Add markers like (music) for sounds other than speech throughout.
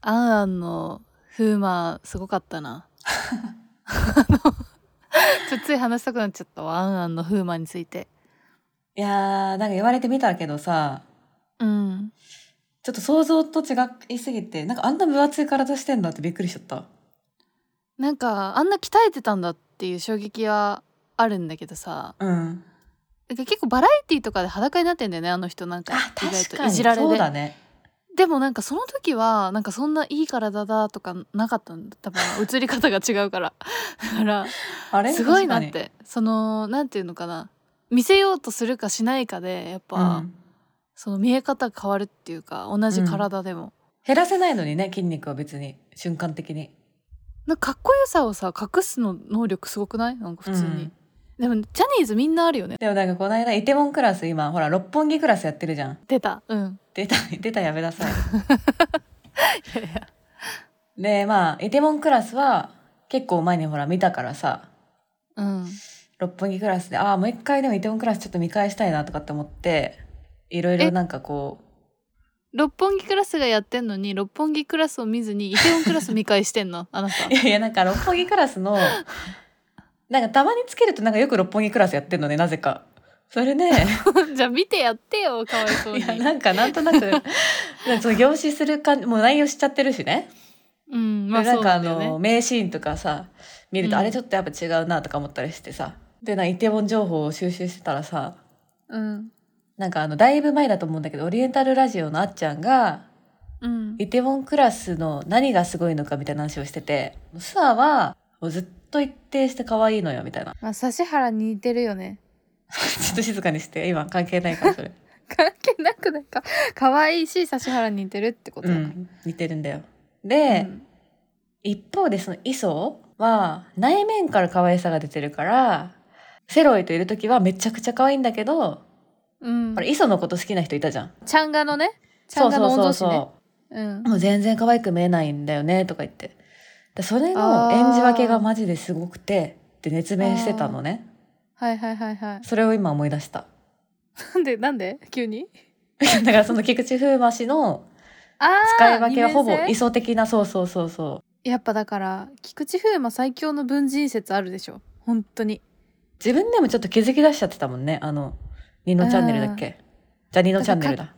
アンアンの風磨すごかったなあのちょっとつい話したくなっちゃったわアンアンの風磨についていやーなんか言われてみたけどさうんちょっと想像と違いすぎてなんかあんな分厚い体してんだってびっくりしちゃったなんかあんな鍛えてたんだっていう衝撃はあるんだけどさうんなんか結構バラエティーとかで裸になってんだよねあの人なんかあ意外確とかいにじられそうでだねでもなんかその時はなんかそんないい体だとかなかったんだ多分映り方が違うからだからあれすごいなっ確かてそのなんていうのかな見せようとするかしないかでやっぱ、にうんその見え方変わるっていうか同じ体でも、減らせないのにね筋肉は別に瞬間的になんかかっこよさをさ隠すの能力すごくないなんか普通うにん、でもジャニーズみんなあるよねでもなんかこの間イテウォンクラス今ほら六本木クラスやってるじゃん出たうん出た出たやめ (laughs) なさいいやいやでまあイテモンクラスは結構前にほら見たからさうん六本木クラスでああもう一回でもイテモンクラスちょっと見返したいなとかって思っていろいろなんかこう (laughs) 六本木クラスがやってんのに六本木クラスを見ずにイテウォンクラス見返してん (laughs) のあなたいやいやなんか六本木クラスのなんかたまにつけるとなんかよく六本木クラスやってんのねなぜか。それね (laughs) じゃあ見てやってよかわいそういにやなんかなん (laughs) となくなんかそう凝視する感じもう内容しちゃってるしね。うんまあでなそんうかなあんだよの、ね名シーンとかさ見ると、うんあれちょっとやっぱ違うなとか思ったりしてさでなんかイテウォン情報を収集してたらさうんなんかあのだいぶ前だと思うんだけどオリエンタルラジオのあっちゃんがうんイテウォンクラスの何がすごいのかみたいな話をしててスアはもうずっと一定して可愛いのよみたいな (laughs) まあ指原に似てるよねちょっと静かにして今関係ないか (laughs) らそれ、関係なくないか可愛いし指原に似てるってこうだからん、似てるんだよで、うん一方でそのイソは内面から可愛さが出てるからセロイといる時はめちゃくちゃ可愛いんだけどうんほら、イソのこと好きな人いたじゃん。ちゃんがのねちゃんがの御曹司ねううんもう全然可愛く見えないんだよね、とか言って。でそれの演じ分けがマジですごくて、って熱弁してたのね。はいはいはいはいそれを今思い出した。なんでなんで急に (laughs) だからその菊池風磨氏のあー使い分けはほ二ぼ面イソ的な、そうそうそうそう。性やっぱだから菊池風磨最強の文人説あるでしょ本当に自分でもちょっと気づき出しちゃってたもんね。あの、ニノチャンネルだっけじゃあニノチャンネルだ。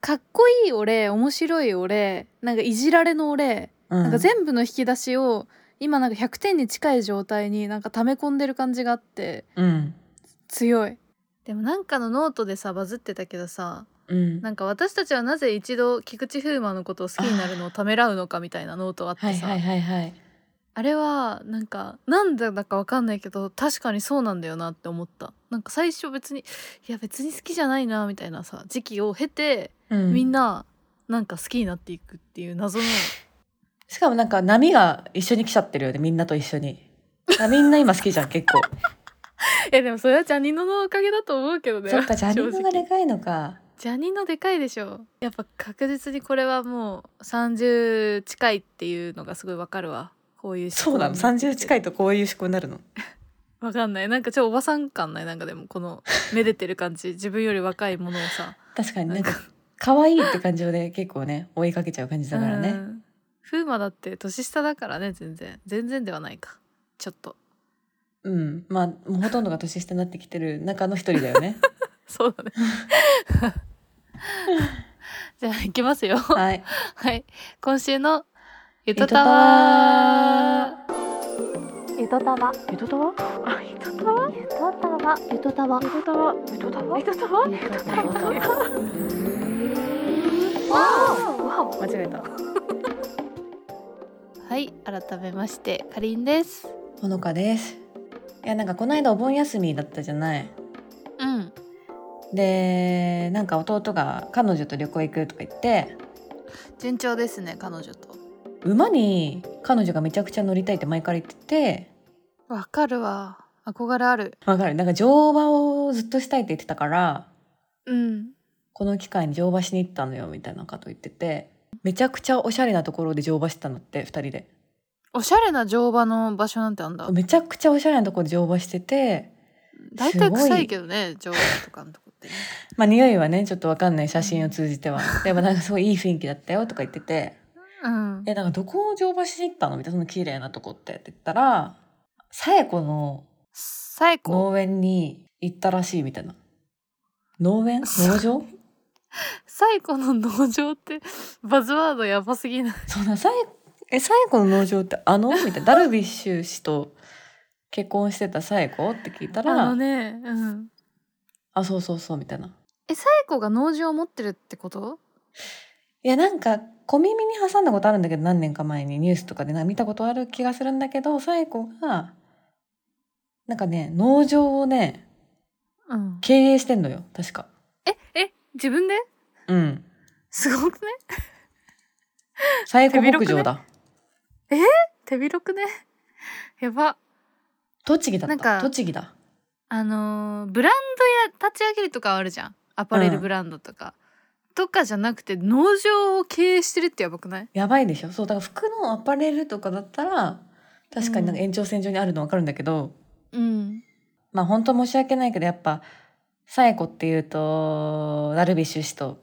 かっこいい俺面白い俺なんかいじられの俺、ななんか全部の引き出しを今なんか100点に近い状態になんか溜め込んでる感じがあってうん。強いでもなんかのノートでさバズってたけどさうん。なんか私たちはなぜ一度菊池風磨のことを好きになるのをためらうのかみたいなノートがあってさ、はいはいはいはい。あれはなんかなんでだかわかんないけど確かにそうなんだよなって思ったなんか最初別にいや別に好きじゃないなみたいなさ時期を経てうん、みんななんか好きになっていくっていう (laughs) 謎の、しかもなんか波が一緒に来ちゃってるよねみんなと一緒にだからみんな今好き (laughs) じゃん結構いやでもそれはジャニノのおかげだと思うけどねそっかジャニー正ズ直がでかいのかジャニノでかいでしょやっぱ確実にこれはもう30近いっていうのがすごいわかるわこういうそうなの30近いいとこういう思考になるのわかんないなんかちょっとおばさん感ないなんかでもこのめでてる感じ自分より若いものをさ確かになんか可愛いって感情で結構ね追いかけちゃう感じだからうねん風磨だって年下だからね全然全然ではないかちょっとうん、まあもうほとんどが年下になってきてる中の一人だ (laughs) よねそうだねじゃあ行きますよ (laughs) ははいい今週のゆと糸たわゆとたわゆとたわゆとたわゆとたわゆとたわゆとたわゆとたわゆとたわ間違えたはい改めましてかりんですほのかですいやなんかこの間お盆休みだったじゃないうんでなんか弟が彼女と旅行行くとか言って順調ですね彼女と馬に彼女がめちゃくちゃ乗りたいって前から言っててわかるわ憧れあるわかるなんか乗馬をずっとしたいって言ってたからうんこの機会に乗馬しに行ったのよみたいなこと言っててめちゃくちゃおしゃれなところで乗馬してたのって2人でおしゃれな乗馬の場所なんてあんだめちゃくちゃおしゃれなところで乗馬してて大体臭いけどね乗馬とかのとこってね (laughs) まあ匂いはねちょっとわかんない写真を通じてはでもなんかすごいいい雰囲気だったよとか言っててうんえ、なんかどこを乗馬しに行ったのみたいな、その綺麗なとこって。って言ったら、さえこの最高農園に行ったらしいみたいな。農園農場最高の農場って (laughs) バズワードやばすぎないそんな、さえ、え、さえこの農場ってあのみたいな。ダルビッシュ氏と結婚してたさえこって聞いたあのら、ねうんあ、そうそうそう、みたいな。え最高が農場を持ってるってこといやなんか小耳に挟んだことあるんだけど何年か前にニュースとかでなんか見たことある気がするんだけどサエコがなんかね農場をねうん経営してんのよ確かええ自分でうんすごくねサエコ牧場だ、手広くね (laughs) やば栃木だっなんかた栃木だあのーブランドや立ち上げるとかあるじゃんアパレルブランドとか、とかじゃなくて農場を経営してるってやばくないやばいでしょそうだから服のアパレルとかだったら確かになんか延長線上にあるの分かるんだけど、うんまあ本当申し訳ないけどやっぱサエコっていうとダルビッシュ氏と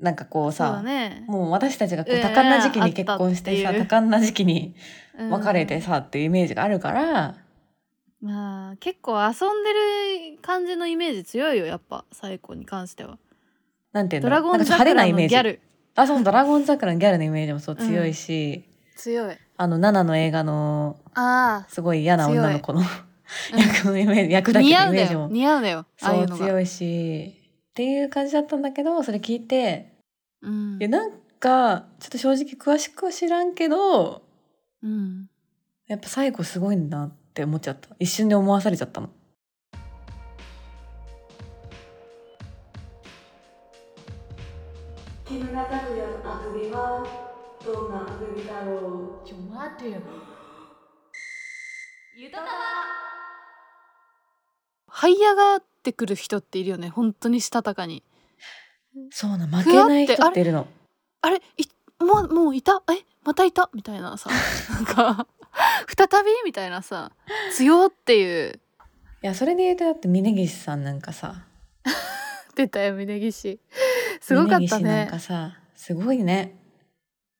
なんかこうそうださねもう私たちがこううん多感な時期あっにたっていう結婚してさ多感な時期にうん別れてさっていうイメージがあるから、まあ結構遊んでる感じのイメージ強いよやっぱ最高に関してはなんていうドのなラんゴンか派手な桜イのギメャージルあそうドラゴン桜のギャルのイメージもそう強いし、強いあのナナの映画のあすごい嫌な女の子のうん (laughs) 役のイメージ、役あだけ似の合イうメだージよも似合うだよああそいううのが強いしっていう感じだったんだけどそれ聞いてうんいやなんかちょっと正直詳しくは知らんけどうんやっぱ最後すごいんだなって思っちゃった一瞬で思わされちゃったの。木村拓哉のあくびはどんなあくびだろうちょ待てよゆとかわ這い上がってくる人っているよね本当にしたたかにそうな負けないふ人わっってているの。あれいもうもういたえまたいたみたいな (laughs) さなんか再びみたいなさ強っていういやそれで言うとだって峯岸さんなんかさ出たよ峯岸すごかっ峯た岸なんねかさすごいね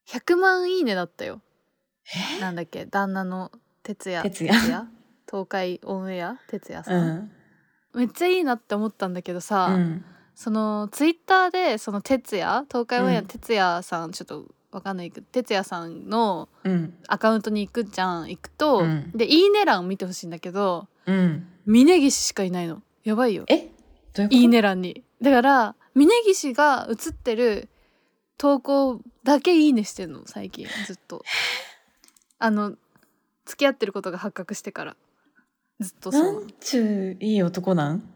100万いいねだったよえなんだっけ旦那の哲也哲也東海オンエア哲也うさん、んめっちゃいいなって思ったんだけどさ、うんそのツイッターでその哲也東海オンエアうん哲也さん、ちょっとわかんないけど哲也さんのうんアカウントに行くじゃん行くと、うんで「いいね欄」を見てほしいんだけどうん峯岸しかいないのやばいよえどういうこといいね欄にだから峯岸が写ってる投稿だけいいねしてんの最近ずっ (laughs) とあの付き合ってることが発覚してからずっとそうななのんちゅういい男なん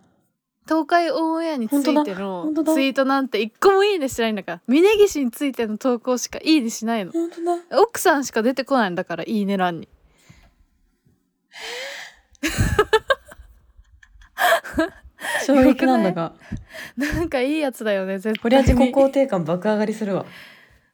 東海オンエアについての本当だツイートなんて一個もいいねしてないんだから峯岸についての投稿しかいいねしないの本当だ奥さんしか出てこないんだからいいね欄に (laughs) 衝撃なんだがなんかいいやつだよね絶対にこりゃ自己肯定感爆上がりするわ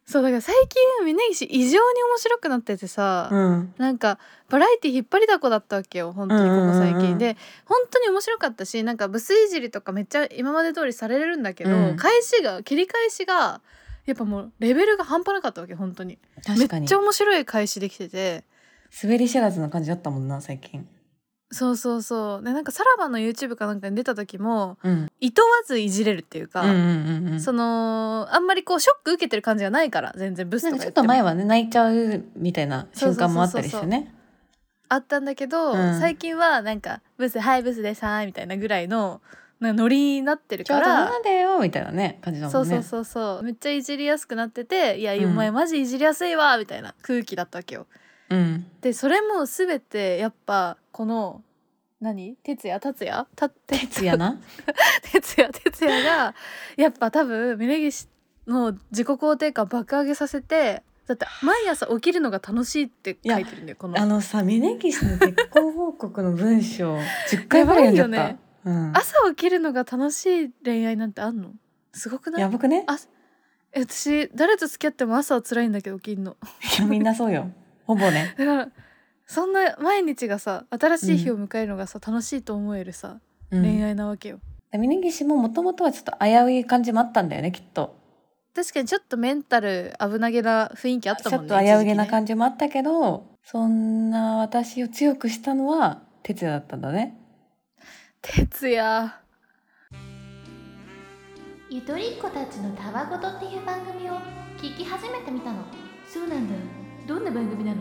そうだから最近峯岸異常に面白くなっててさ、うんなんかバラエティ引っ張りだこだったわけよ本当にここ最近、うんうんうんで本当に面白かったしなんかブスいじりとかめっちゃ今まで通りされるんだけど、うん返しが切り返しがやっぱもうレベルが半端なかったわけ本当に確かめにっちゃ面白い返しできてて滑り知らずな感じだったもんな最近そうそうそうでなんかさらばの YouTube かなんかに出た時もうんいとわずいじれるっていうか、うんうんうんうんそのあんまりこうショック受けてる感じがないから全然ブスなんとかか言ちょってとも前はね泣いちゃうみたいな瞬間もあったりしてねあったんだけど、うん最近はなんか「ブスはいブスでさーい」みたいなぐらいのなんかノリになってるちょかうどら、なんでよみたいなね感じだそもうんそねうそうそうめっちゃいじりやすくなってて「いや、うんお前マジいじりやすいわ」みたいな空気だったわけよ。うんでそれも全てやっぱこの何哲也達也た徹やな哲也哲也がやっぱ多分峯岸の自己肯定感爆上げさせてだって毎朝起きるのが楽しいって書いてるんだよこの (laughs) あのさ峯岸の結婚報告の文章 (laughs) 10回ぐらい読んじゃったやばいよねうん、朝起きるのが楽しい恋愛なんてあんのすごくなやいばくねあえ私誰と付き合っても朝は辛いんだけど起きんの (laughs) いや (laughs) みんなそうよほぼねだからそんな毎日がさ新しい日を迎えるのがさ、楽しいと思えるさ、うん恋愛なわけよで峯岸ももともとはちょっと危うい感じもあったんだよねきっと確かにちょっとメンタル危なげな雰囲気あったちょもっんねと危うげなじ感じもあったけど、そんな私を強くしたのは哲也だったんだね哲也ゆとりっ子たちのたわごとっていう番組を聞き始めてみたのそうなんだどんな番組なの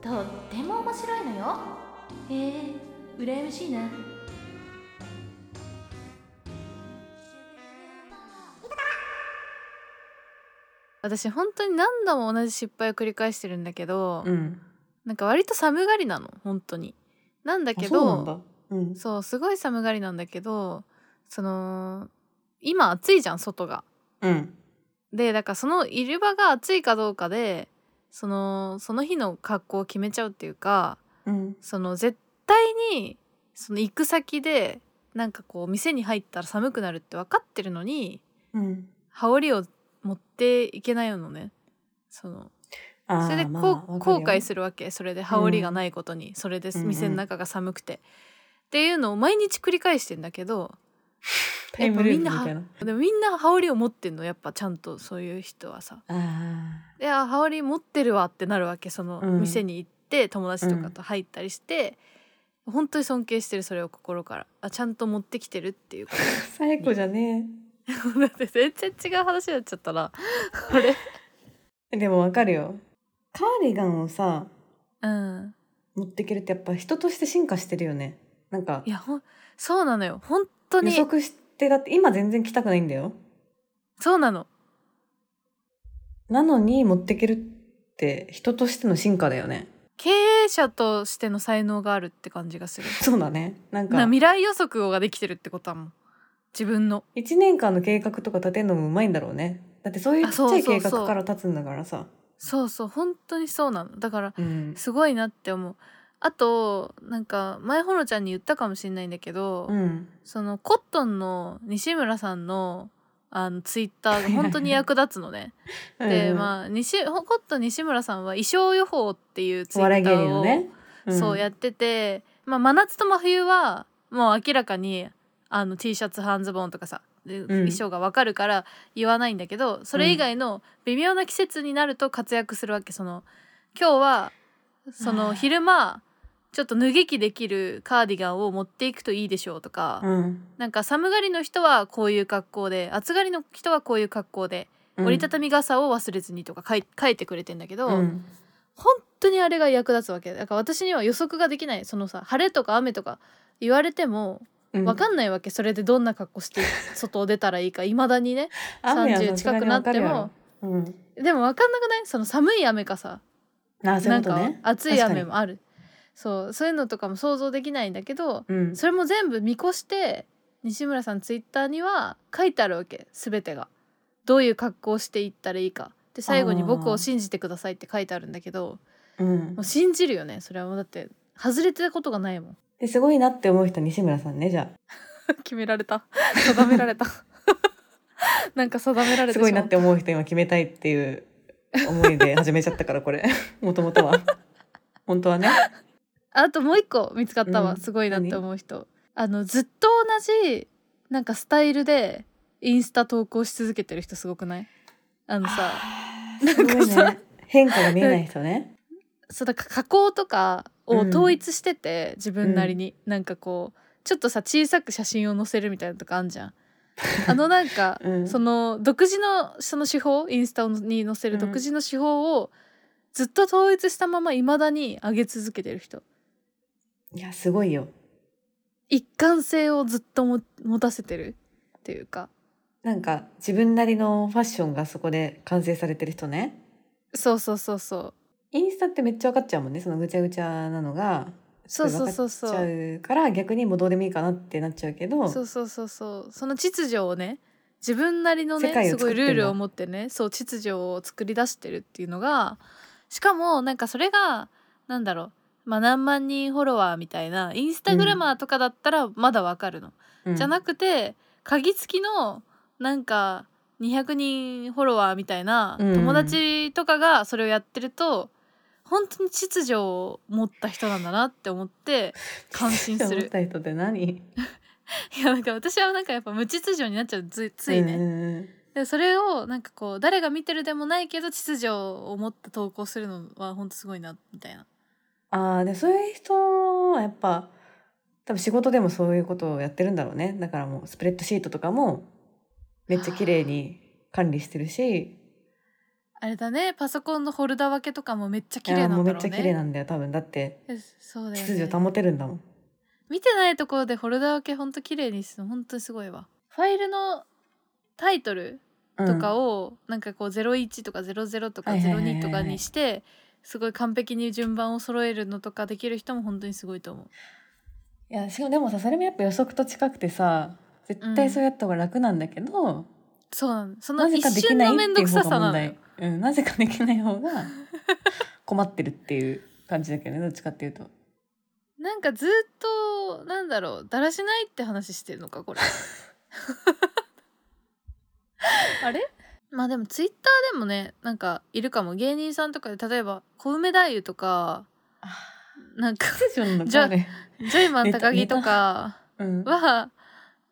とっても面白いのよへえ羨ましいな私本当に何度も同じ失敗を繰り返してるんだけど、うんなんか割と寒がりなの本当になんだけあそうなんどだうんそうすごい寒がりなんだけどその今暑いじゃん外がうんでだからその入り場が暑いかどうかでそのその日の格好を決めちゃうっていうかうんその絶対にその行く先でなんかこう店に入ったら寒くなるって分かってるのにうん羽織を持っていけないのねそのあーそれでこう、まあ後悔るするわけそれで羽織がないことに、それでうんうん店の中が寒くて、っていうのを毎日繰り返してんだけど (laughs) タイムループみたいなでもみんな羽織を持ってんのやっぱちゃんとそういう人はさあであ羽織持ってるわってなるわけそのうん店に行って友達とかと入ったりして、本当に尊敬してるそれを心からあちゃんと持ってきてるっていうこあ (laughs) 最高じゃねと (laughs) だって全然違う話になっちゃったらこれえでもわかるよカーディガンをさうん持っていけるってやっぱ人として進化してるよねなんかいやほんそうなのよ本当予に測してだって今全然来たくないんだよそうなのなのに持っていけるって人としての進化だよね (laughs) 経営者としての才能があるって感じがするそうだねなんなか未来予測ができてるってことはもう自分の1年間の計画とか立てるのもうまいんだろうねだってそういうちあっちそうゃいそう計そう画から立つんだからさそうそう本当にそうなのだからうんすごいなって思うあとなんか前ほのちゃんに言ったかもしれないんだけど、うんそのコットンの西村さんのあのツイッターが本当に役立つのねであまあ西コットン西村さんは衣装予報っていうツイお笑ッいタ芸人ーのを、ね、んそうやってて、まあ、真夏と真冬はもう明らかにあの T シャツ半ズボンとかさで衣装がわかるから言わないんだけど、それ以外の微妙な季節になると活躍するわけその今日はそあーの昼間ちょっと脱ぎ着できるカーディガンを持っていくといいでしょうとか、うんなんか寒がりの人はこういう格好で暑がりの人はこういう格好で、うん折りたたみ傘を忘れずにとか書い書いてくれてんだけど、うん本当にあれが役立つわけだから私には予測ができないそのさ晴れとか雨とか言われてもうん分かんないわけ、それでどんな格好して外を出たらいいかいまだにね雨は30近くなってもさすがにわかるやろうんでも分かんなくないその寒い雨かさあそういなうんことかね暑い雨もあるそうそういうのとかも想像できないんだけどうんそれも全部見越して西村さんツイッターには書いてあるわけ全てがどういう格好をしていったらいいかで最後に「あー僕を信じてください」って書いてあるんだけど。うんもう信じるよねそれはもうだって外れてたことがないもんですごいなって思う人は西村さんねじゃ (laughs) 決められた定められた (laughs) なんか定めらあれすてごいなって思う人今決めたいっていう思いで始めちゃったからこ (laughs) れもともとは本当はねあともう一個見つかったわ、うんすごいなって思う人あのずっと同じなんかスタイルでインスタ投稿し続けてる人すごくないあのさすごいなんかさね変化が見えない人ねそうだから加工とかをうん統一してて、自分なりに、なんかこうちょっとさ小さく写真を載せるみたいなとかあんじゃ (laughs) ん。あのなんか、うんその独自のその手法インスタに載せるうん独自の手法をずっと統一したままいまだに上げ続けてる人いやすごいよ一貫性をずっとも持たせてるっていうかなんか自分なりのファッションがそこで完成されてる人ねそうそうそうそうインスタってめっちゃ分かっちゃうもんねそのぐちゃぐちゃなのがそうそうそうそうすごい分かっちゃうから逆にもうどうでもいいかなってなっちゃうけどそうそうそうそうその秩序をね自分なりの世ね界をす作ごっていんだルールを持ってねそう秩序を作り出してるっていうのがしかもなんかそれがなんだろう、まあ、何万人フォロワーみたいなインスタグラマーとかだったらまだわかるの、うんじゃなくて鍵付きのなんか200人フォロワーみたいなうん友達とかがそれをやってると本当に秩序を持った人なんだなって思って感心す (laughs) 思っるた人って何いやなんか私はなんかやっぱ無秩序になっちゃうつついね、うんうんうんでそれをなんかこう誰が見てるでもないけど秩序を持って投稿するのは本当すごいなみたいなああでそういう人はやっぱ多分仕事でもそういうことをやってるんだろうねだからもうスプレッドシートとかもめっちゃ綺麗に管理してるしあれだねパソコンのホルダー分けとかもめっちゃい綺や麗なもうんめだろっうちゃね綺麗なんだよ多分だってえそうだよ、ね、秩序保てるんだもん見てないところでホルダー分けほんと綺麗にするのほんとすごいわファイルのタイトルとかを、を、なんかこう01とか00とかはいはいはいはい02とかにしてすごい完璧に順番を揃えるのとかできる人も本当にすごいと思ういやしかもでもさそれもやっぱ予測と近くてさ絶対そうやった方が楽なんだけど、そうなのそのなぜ一かでき瞬ないのって面倒いうくさ方さがな問のよ題、うん、なぜかできない方が困ってるっていう感じだけどねどっちかってい (laughs) うとなんかずっとなんだろうだらしないって話してるのかこれ (laughs) あれまあでもツイッターでもねなんかいるかも芸人さんとかで例えば小梅太夫とかなんか (laughs) 秩序なのじゃあかあれジョイマンネタ高木とかうんは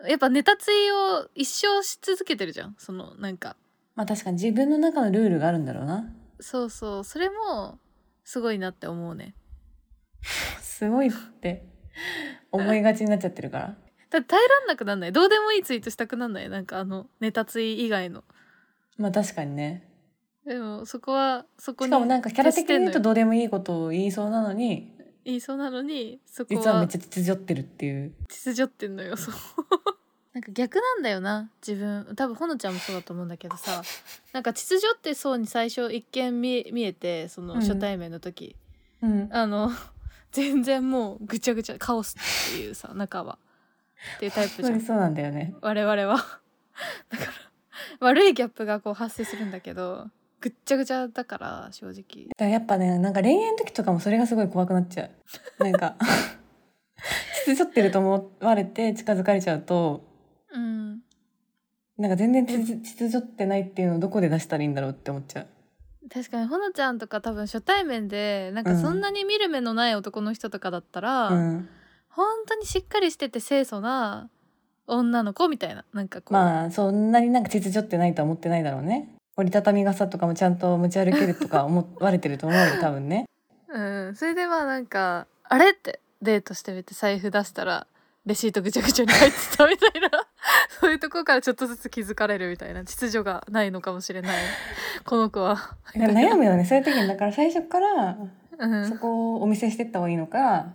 やっぱネタツイを一生し続けてるじゃんそのなんかまあ確かに自分の中のルールがあるんだろうなそうそうそれもすごいなって思うねすごいって思いがちになっちゃってるからだって耐えらんなくなんないどうでもいいツイートしたくなんないなんかあのネタツイ以外のまあ確かにねでもそこはそこしにかもなんかキャラ的に言うと徹してんのよどうでもいいことを言いそうなのに言いそうなのにそこ実はめはっちゃ秩序ってるっていう秩序ってんのよそう (laughs) なんか逆なんだよな自分多分ほのちゃんもそうだと思うんだけど (laughs) さなんか秩序ってそうに最初一見見見えてそのうん初対面の時、うんあの (laughs) 全然もうぐちゃぐちゃカオスっていうさ (laughs) 中はっていうタイプじゃそうんそうなんだよね我々は (laughs) だから悪いギャップがこう発生するんだけどぐっちゃぐちゃだから正直だからやっぱねなんか恋愛の時とかもそれがすごい怖くなっちゃうなんか秩序ってると思われて近づかれちゃうとうんなんか全然秩序秩序ってないっていうのをどこで出したらいいんだろうって思っちゃう確かにほのちゃんとか多分初対面でなんかそんなに見る目のない男の人とかだったら、うん、本当にしっかりしてて清楚な女の子みたいななんかこう、まあそんなになんか秩序ってないとは思ってないだろうね折りたたみ傘とかもちゃんと持ち歩けるとか思われてると思う (laughs) よ多分ねうん、それでまあなんか「あれ?」ってデートしてみて財布出したらレシートぐちゃぐちゃに入ってたみたいな (laughs) そういうとこからちょっとずつ気づかれるみたいな秩序がないのかもしれないこの子は。だから悩むよねそういう時にだから最初からうんそこをお見せしてった方がいいのか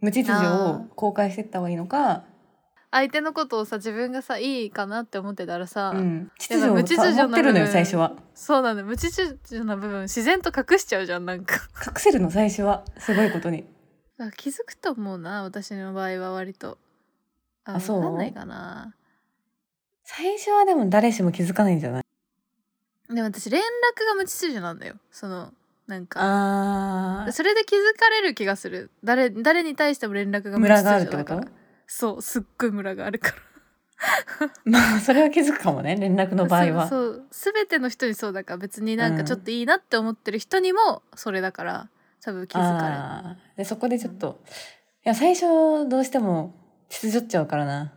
無秩序を公開してった方がいいのか、相手のことをさ自分がさいいかなって思ってたらさ、うん、秩だから序を無秩序の持ってるのよ部分最初はそうなんだよ無秩序な部分自然と隠しちゃうじゃんなんか隠せるの最初はすごいことにあ気づくと思うな私の場合は割とああそうわかんないかな最初はでも誰しも気づかないんじゃないでも私連絡が無秩序なんだよそのなんかあそれで気づかれる気がする誰誰に対しても連絡が無ム秩ラ序があるってだこかとらそうすっごいムラがあるからまあそれは気づくかもね連絡の場合 (laughs) はそうそう全ての人にそうだから別になんうかんちょっといいなって思ってる人にもそれだから多分気づかれるあーでそこでちょっと、いや最初どうしても秩序っちゃうからな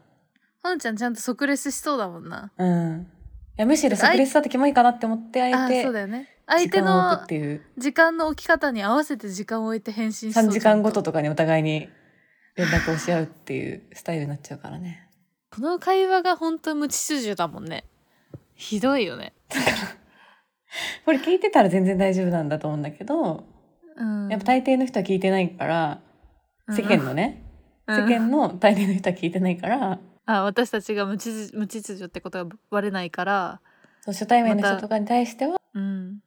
ほのちゃんちゃんと即レスしそうだもんなうんいやむしろ即レスだってキモいかなって思ってあ相ー手そうだよね相手時間を置くのっていう時間の置き方に合わせて時間を置いて返信しそう3時間ごとちゃんとかにお互いに連絡をし合うっていうスタイルになっちゃうからねこの会話が本当無秩序だもんねひどいよねこれ聞いてたら全然大丈夫なんだと思うんだけうど、んやっぱ大抵の人は聞いてないから世間のうね、ん世間の大抵の人は聞いてないから、あ私たちが無秩序無秩序ってことがバレないからそう初対面のま人たとかに対してはうん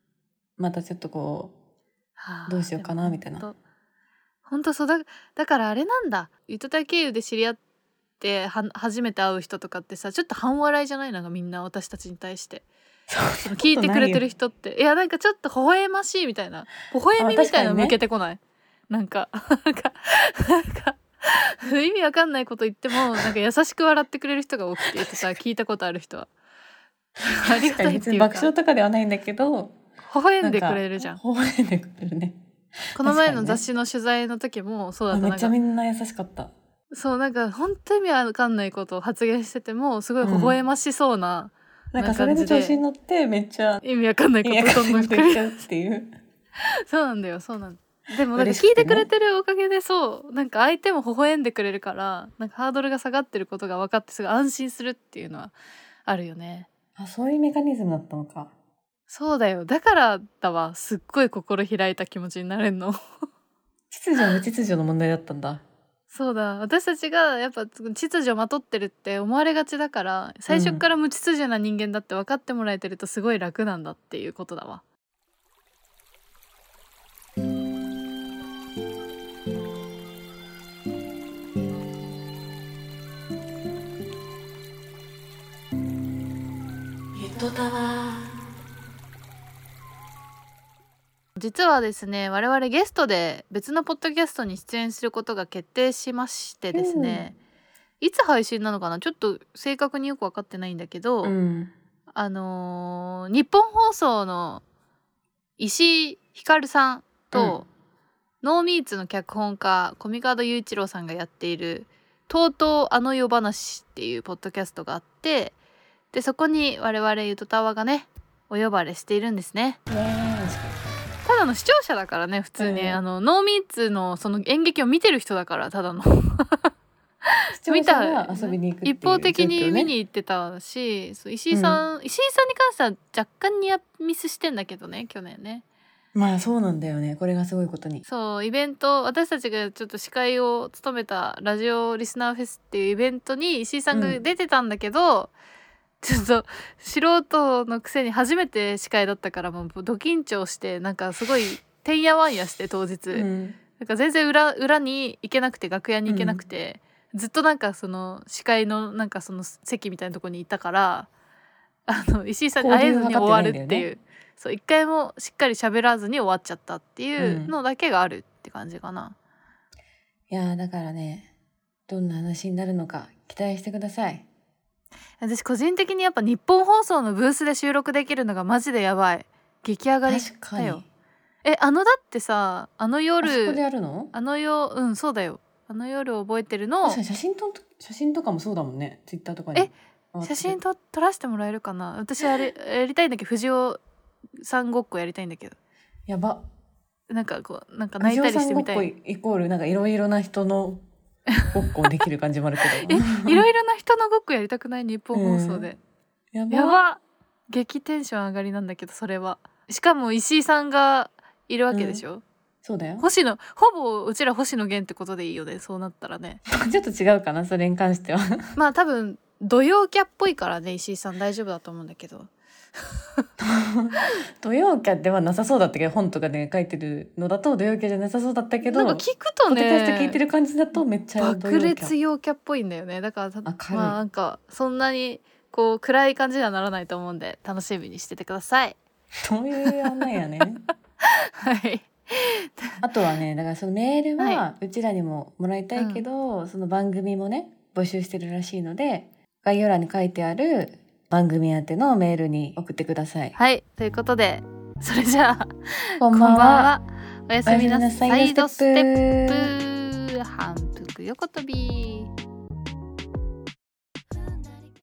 またちょっとこはあどうしようかなでもみたいなほんとほんとそうだだからあれなんだ糸田経由で知り合っては初めて会う人とかってさちょっと半笑いじゃないなんかみんな私たちに対してうそうその (laughs) 聞いてくれてる人っていやなんかちょっと微笑ましいみたいな微笑みみたいなあ確かにのね向けてこない、なんか (laughs) なんかなんか意味わかんないこと言ってもなんか優しく笑ってくれる人が多くてってさ聞いたことある人は (laughs) ありが確かたいにってい別にうか爆笑とかではないんだけど微笑んでくれるじゃん微笑んでくれるねこの前の雑誌の取材の時もそうだあっためなっんちゃかみんな優しかったそうなんか本当意味わかんないことを発言しててもすごい微笑ましそうななんかそれで調子に乗ってめっちゃ意味わかんないこ意味わとかどんんどなん来くなっちるゃうっていう。そうなんだよそうなんでもなんか嬉し聞くていねてくれてるおかげでそうなんか相手も微笑んでくれるからなんかハードルが下がってることが分かってすごい安心するっていうのはあるよねあそういうメカニズムだったのか。そうだよだからだわすっごい心開いた気持ちになれんの (laughs) 秩序無秩序の問題だったんだ。そうだ私たちがやっぱ秩序まとってるって思われがちだから最初から無秩序な人間だって分かってもらえてるとすごい楽なんだっていうことだわゆとたわ実はですね我々ゲストで別のポッドキャストに出演することが決定しましてですね、いつ配信なのかなちょっと正確によく分かってないんだけど、うん。あのー日本放送の石井ひかるさんと、ノーミーツの脚本家コミカード雄一郎さんがやっている「とうとうあの夜話」っていうポッドキャストがあってでそこに我々ゆとたわがねお呼ばれしているんですね。イエーイただの視聴者だからね普通に、うんあのノーミーツのその演劇を見てる人だからただの視聴者が遊びに行くっていう一方的状況にね見に行ってたし、そう石井さん、石井さんに関しては若干ニアミスしてんだけどね去年ねまあそうなんだよね。これがすごいことに。そうイベント私たちがちょっと司会を務めたラジオリスナーフェスっていうイベントに石井さんが出てたんだけど、ちょっと素人のくせに初めて司会だったからもうド緊張してなんかすごいてんやわんやして当日。うん。なんか全然裏裏に行けなくて楽屋に行けなくて、ずっとなんかその司会のなんかその席みたいなとこにいたからあの石井さんに会えずに終わるって交流が図ってないいんだうよそう一回もしっかり喋らずに終わっちゃったっていううんのだけがあるって感じかな、いやーだからね、どんな話になるのか期待してください。私個人的にやっぱ日本放送のブースで収録できるのがマジでやばい激上がり確かに。だあよえあのだってさあのそこで夜あやるの？の夜うんそうだよあの夜覚えてるの確かに写真と写真とかもそうだもんね。ツイッターとかに。え写真と撮らせてもらえるかな私あれ (laughs) やりたいんだけど藤尾さんごっこやりたいんだけどやば。なんかこうなんか泣内いた藤りさしんてごっみたこいイイコールなんかいろいろな人のごっこできる感じもあるけ (laughs) ど。いろいろな人のごっこやりたくない日本放送で、やば。やば激テンション上がりなんだけどそれはしかも石井さんがいるわけでしょ、そうだよ。星野ほぼうちら星野源ってことでいいよねそうなったらねちょっと違うかなそれに関しては。まあ多分土曜キャっぽいからね石井さん大丈夫だと思うんだけど土曜家ではなさそうだったけど本とかで書いてるのだと土曜家じゃなさそうだったけどなんか聞くとポッドキャストね聞いてる感じだとめっちゃ土爆曜裂家陽キャっぽいんだよねだからた明るいまあなんかそんなにこう暗い感じにはならないと思うんで楽しみにしててくださいそういう案内やねはいあとはねだからそのメールははうちらにももらいたいけど、その番組もね募集してるらしいので概要欄に書いてある番組宛てのメールに送ってください、はいということでそれじゃあここんばんはおやすみなさいおやすサイみなさいドステッサイドプ反復横跳び